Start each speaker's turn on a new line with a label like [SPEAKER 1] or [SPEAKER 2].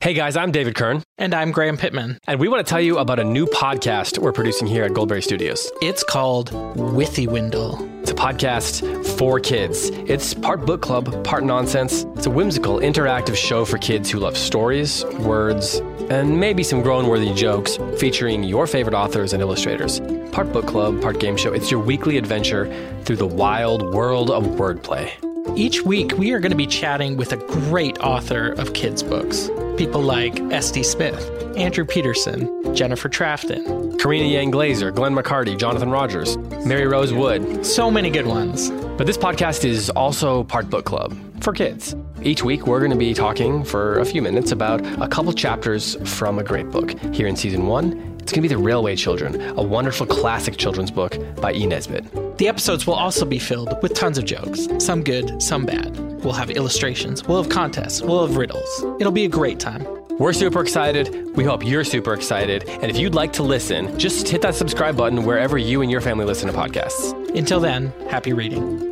[SPEAKER 1] Hey guys, I'm David Kern,
[SPEAKER 2] And I'm Graham Pittman.
[SPEAKER 1] and we want to tell you about a new podcast we're producing here at Goldberry Studios.
[SPEAKER 2] It's called Withy Windle.
[SPEAKER 1] It's a podcast for kids. It's part book club, part nonsense. It's a whimsical, interactive show for kids who love stories, words, and maybe some grown worthy jokes featuring your favorite authors and illustrators. Part book club, part game show. It's your weekly adventure through the wild world of wordplay.
[SPEAKER 2] Each week, we are going to be chatting with a great author of kids' books. People like S.D. Smith, Andrew Peterson, Jennifer Trafton.
[SPEAKER 1] Karina Yang Glazer, Glenn McCarty, Jonathan Rogers, Mary Rose Wood,
[SPEAKER 2] So many good ones.
[SPEAKER 1] But this podcast is also part book club for kids. Each week, we're going to be talking for a few minutes about a couple chapters from a great book. Here in season one, it's going to be The Railway Children, a wonderful classic children's book by E. Nesbitt.
[SPEAKER 2] The episodes will also be filled with tons of jokes, some good, some bad. We'll have illustrations, we'll have contests, we'll have riddles. It'll be a great time.
[SPEAKER 1] We're super excited. We hope you're super excited. And if you'd like to listen, just hit that subscribe button wherever you and your family listen to podcasts.
[SPEAKER 2] Until then, happy reading.